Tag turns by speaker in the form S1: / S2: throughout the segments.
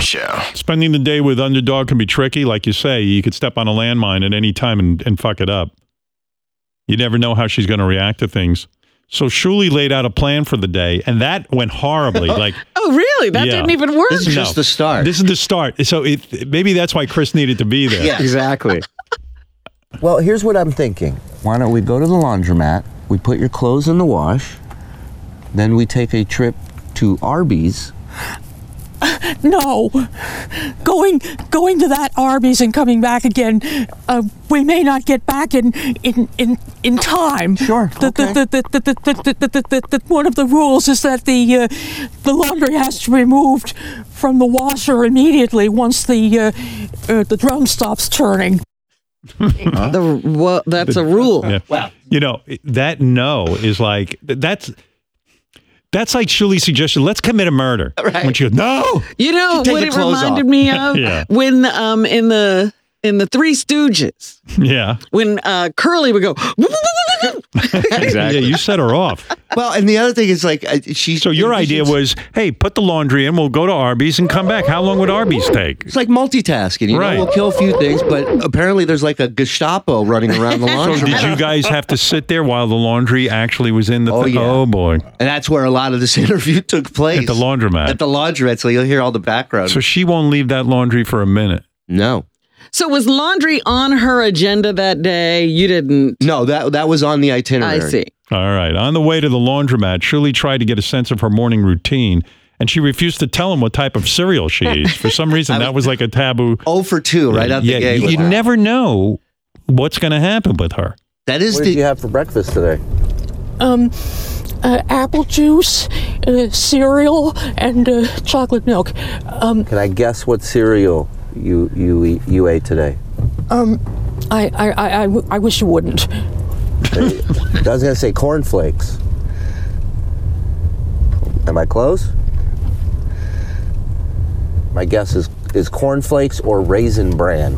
S1: show.
S2: Spending the day with underdog can be tricky. Like you say, you could step on a landmine at any time and, and fuck it up. You never know how she's going to react to things. So Shuli laid out a plan for the day, and that went horribly. like
S3: Oh, really? That
S2: Yeah.
S3: didn't even work.
S2: This is
S4: Just
S2: No.
S4: the start.
S2: this is the start. So it, maybe that's why Chris needed to be there.
S4: yeah.
S5: Exactly.
S6: Well, here's what I'm thinking. Why don't we go to the laundromat? We put your clothes in the wash. Then we take a trip to Arby's.
S7: No, going going to that Arby's and coming back again. Uh, we may not get back in in in, in time.
S6: Sure,
S7: The,
S6: okay.
S7: the, the, the, the, the, the, the, the, the, one of the rules is that the uh, the laundry has to be moved from the washer immediately once the uh, uh, the drum stops turning.
S3: The, well, that's a rule.
S2: Yeah.
S4: Well,
S2: you know that no is like th- that's that's like Shuli's suggestion. Let's commit a murder.
S3: Right.
S2: When she goes, no,
S3: You know
S4: take
S3: what
S4: your
S3: it
S4: clothes
S3: reminded
S4: off.
S3: me of
S2: Yeah.
S3: when um in the in the Three Stooges
S2: yeah,
S3: when uh, Curly would go.
S2: yeah,
S4: exactly.
S2: you set her off.
S4: Well, and the other thing is like uh, she's.
S2: So your idea
S4: she's-
S2: was, hey, put the laundry in. We'll go to Arby's and come back. How long would Arby's take?
S4: It's like multitasking. You
S2: Right.
S4: know, we'll kill a few things, but apparently there's like a Gestapo running around the laundromat.
S2: Did you guys have to sit there while the laundry actually was in the?
S4: Oh,
S2: thi-
S4: yeah.
S2: oh boy.
S4: And that's where a lot of this interview took place
S2: At the laundromat.
S4: At the laundromat, so you'll hear all the background.
S2: So she won't leave that laundry for a minute.
S4: no,
S3: so was laundry on her agenda that day? You didn't.
S4: no, that that was on the
S3: I
S4: itinerary.
S3: see.
S2: All right. On the way to the laundromat, Shirley tried to get a sense of her morning routine, and she refused to tell him what type of cereal she eats. For some reason, that was like a taboo.
S4: Oh for two, right out
S2: yeah,
S4: the gate.
S2: you,
S4: with
S2: you
S4: that.
S2: never know what's going to happen with her.
S4: That is
S6: What did you
S4: the.
S6: have for breakfast today?
S7: Um, uh, apple juice, uh, cereal, and uh, chocolate milk. Um,
S6: Can I guess what cereal you you eat, you ate today?
S7: I, I, I- I w- I wish you wouldn't.
S6: I was gonna say cornflakes. Am I close? My guess is is cornflakes or raisin bran.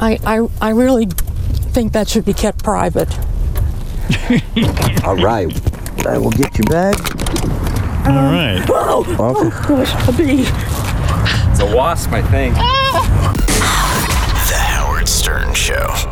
S7: I, I, I really think that should be kept private.
S6: All right. I will get your bag.
S2: All right.
S7: A bee.
S8: It's a wasp, I think.
S1: The Howard Stern Show.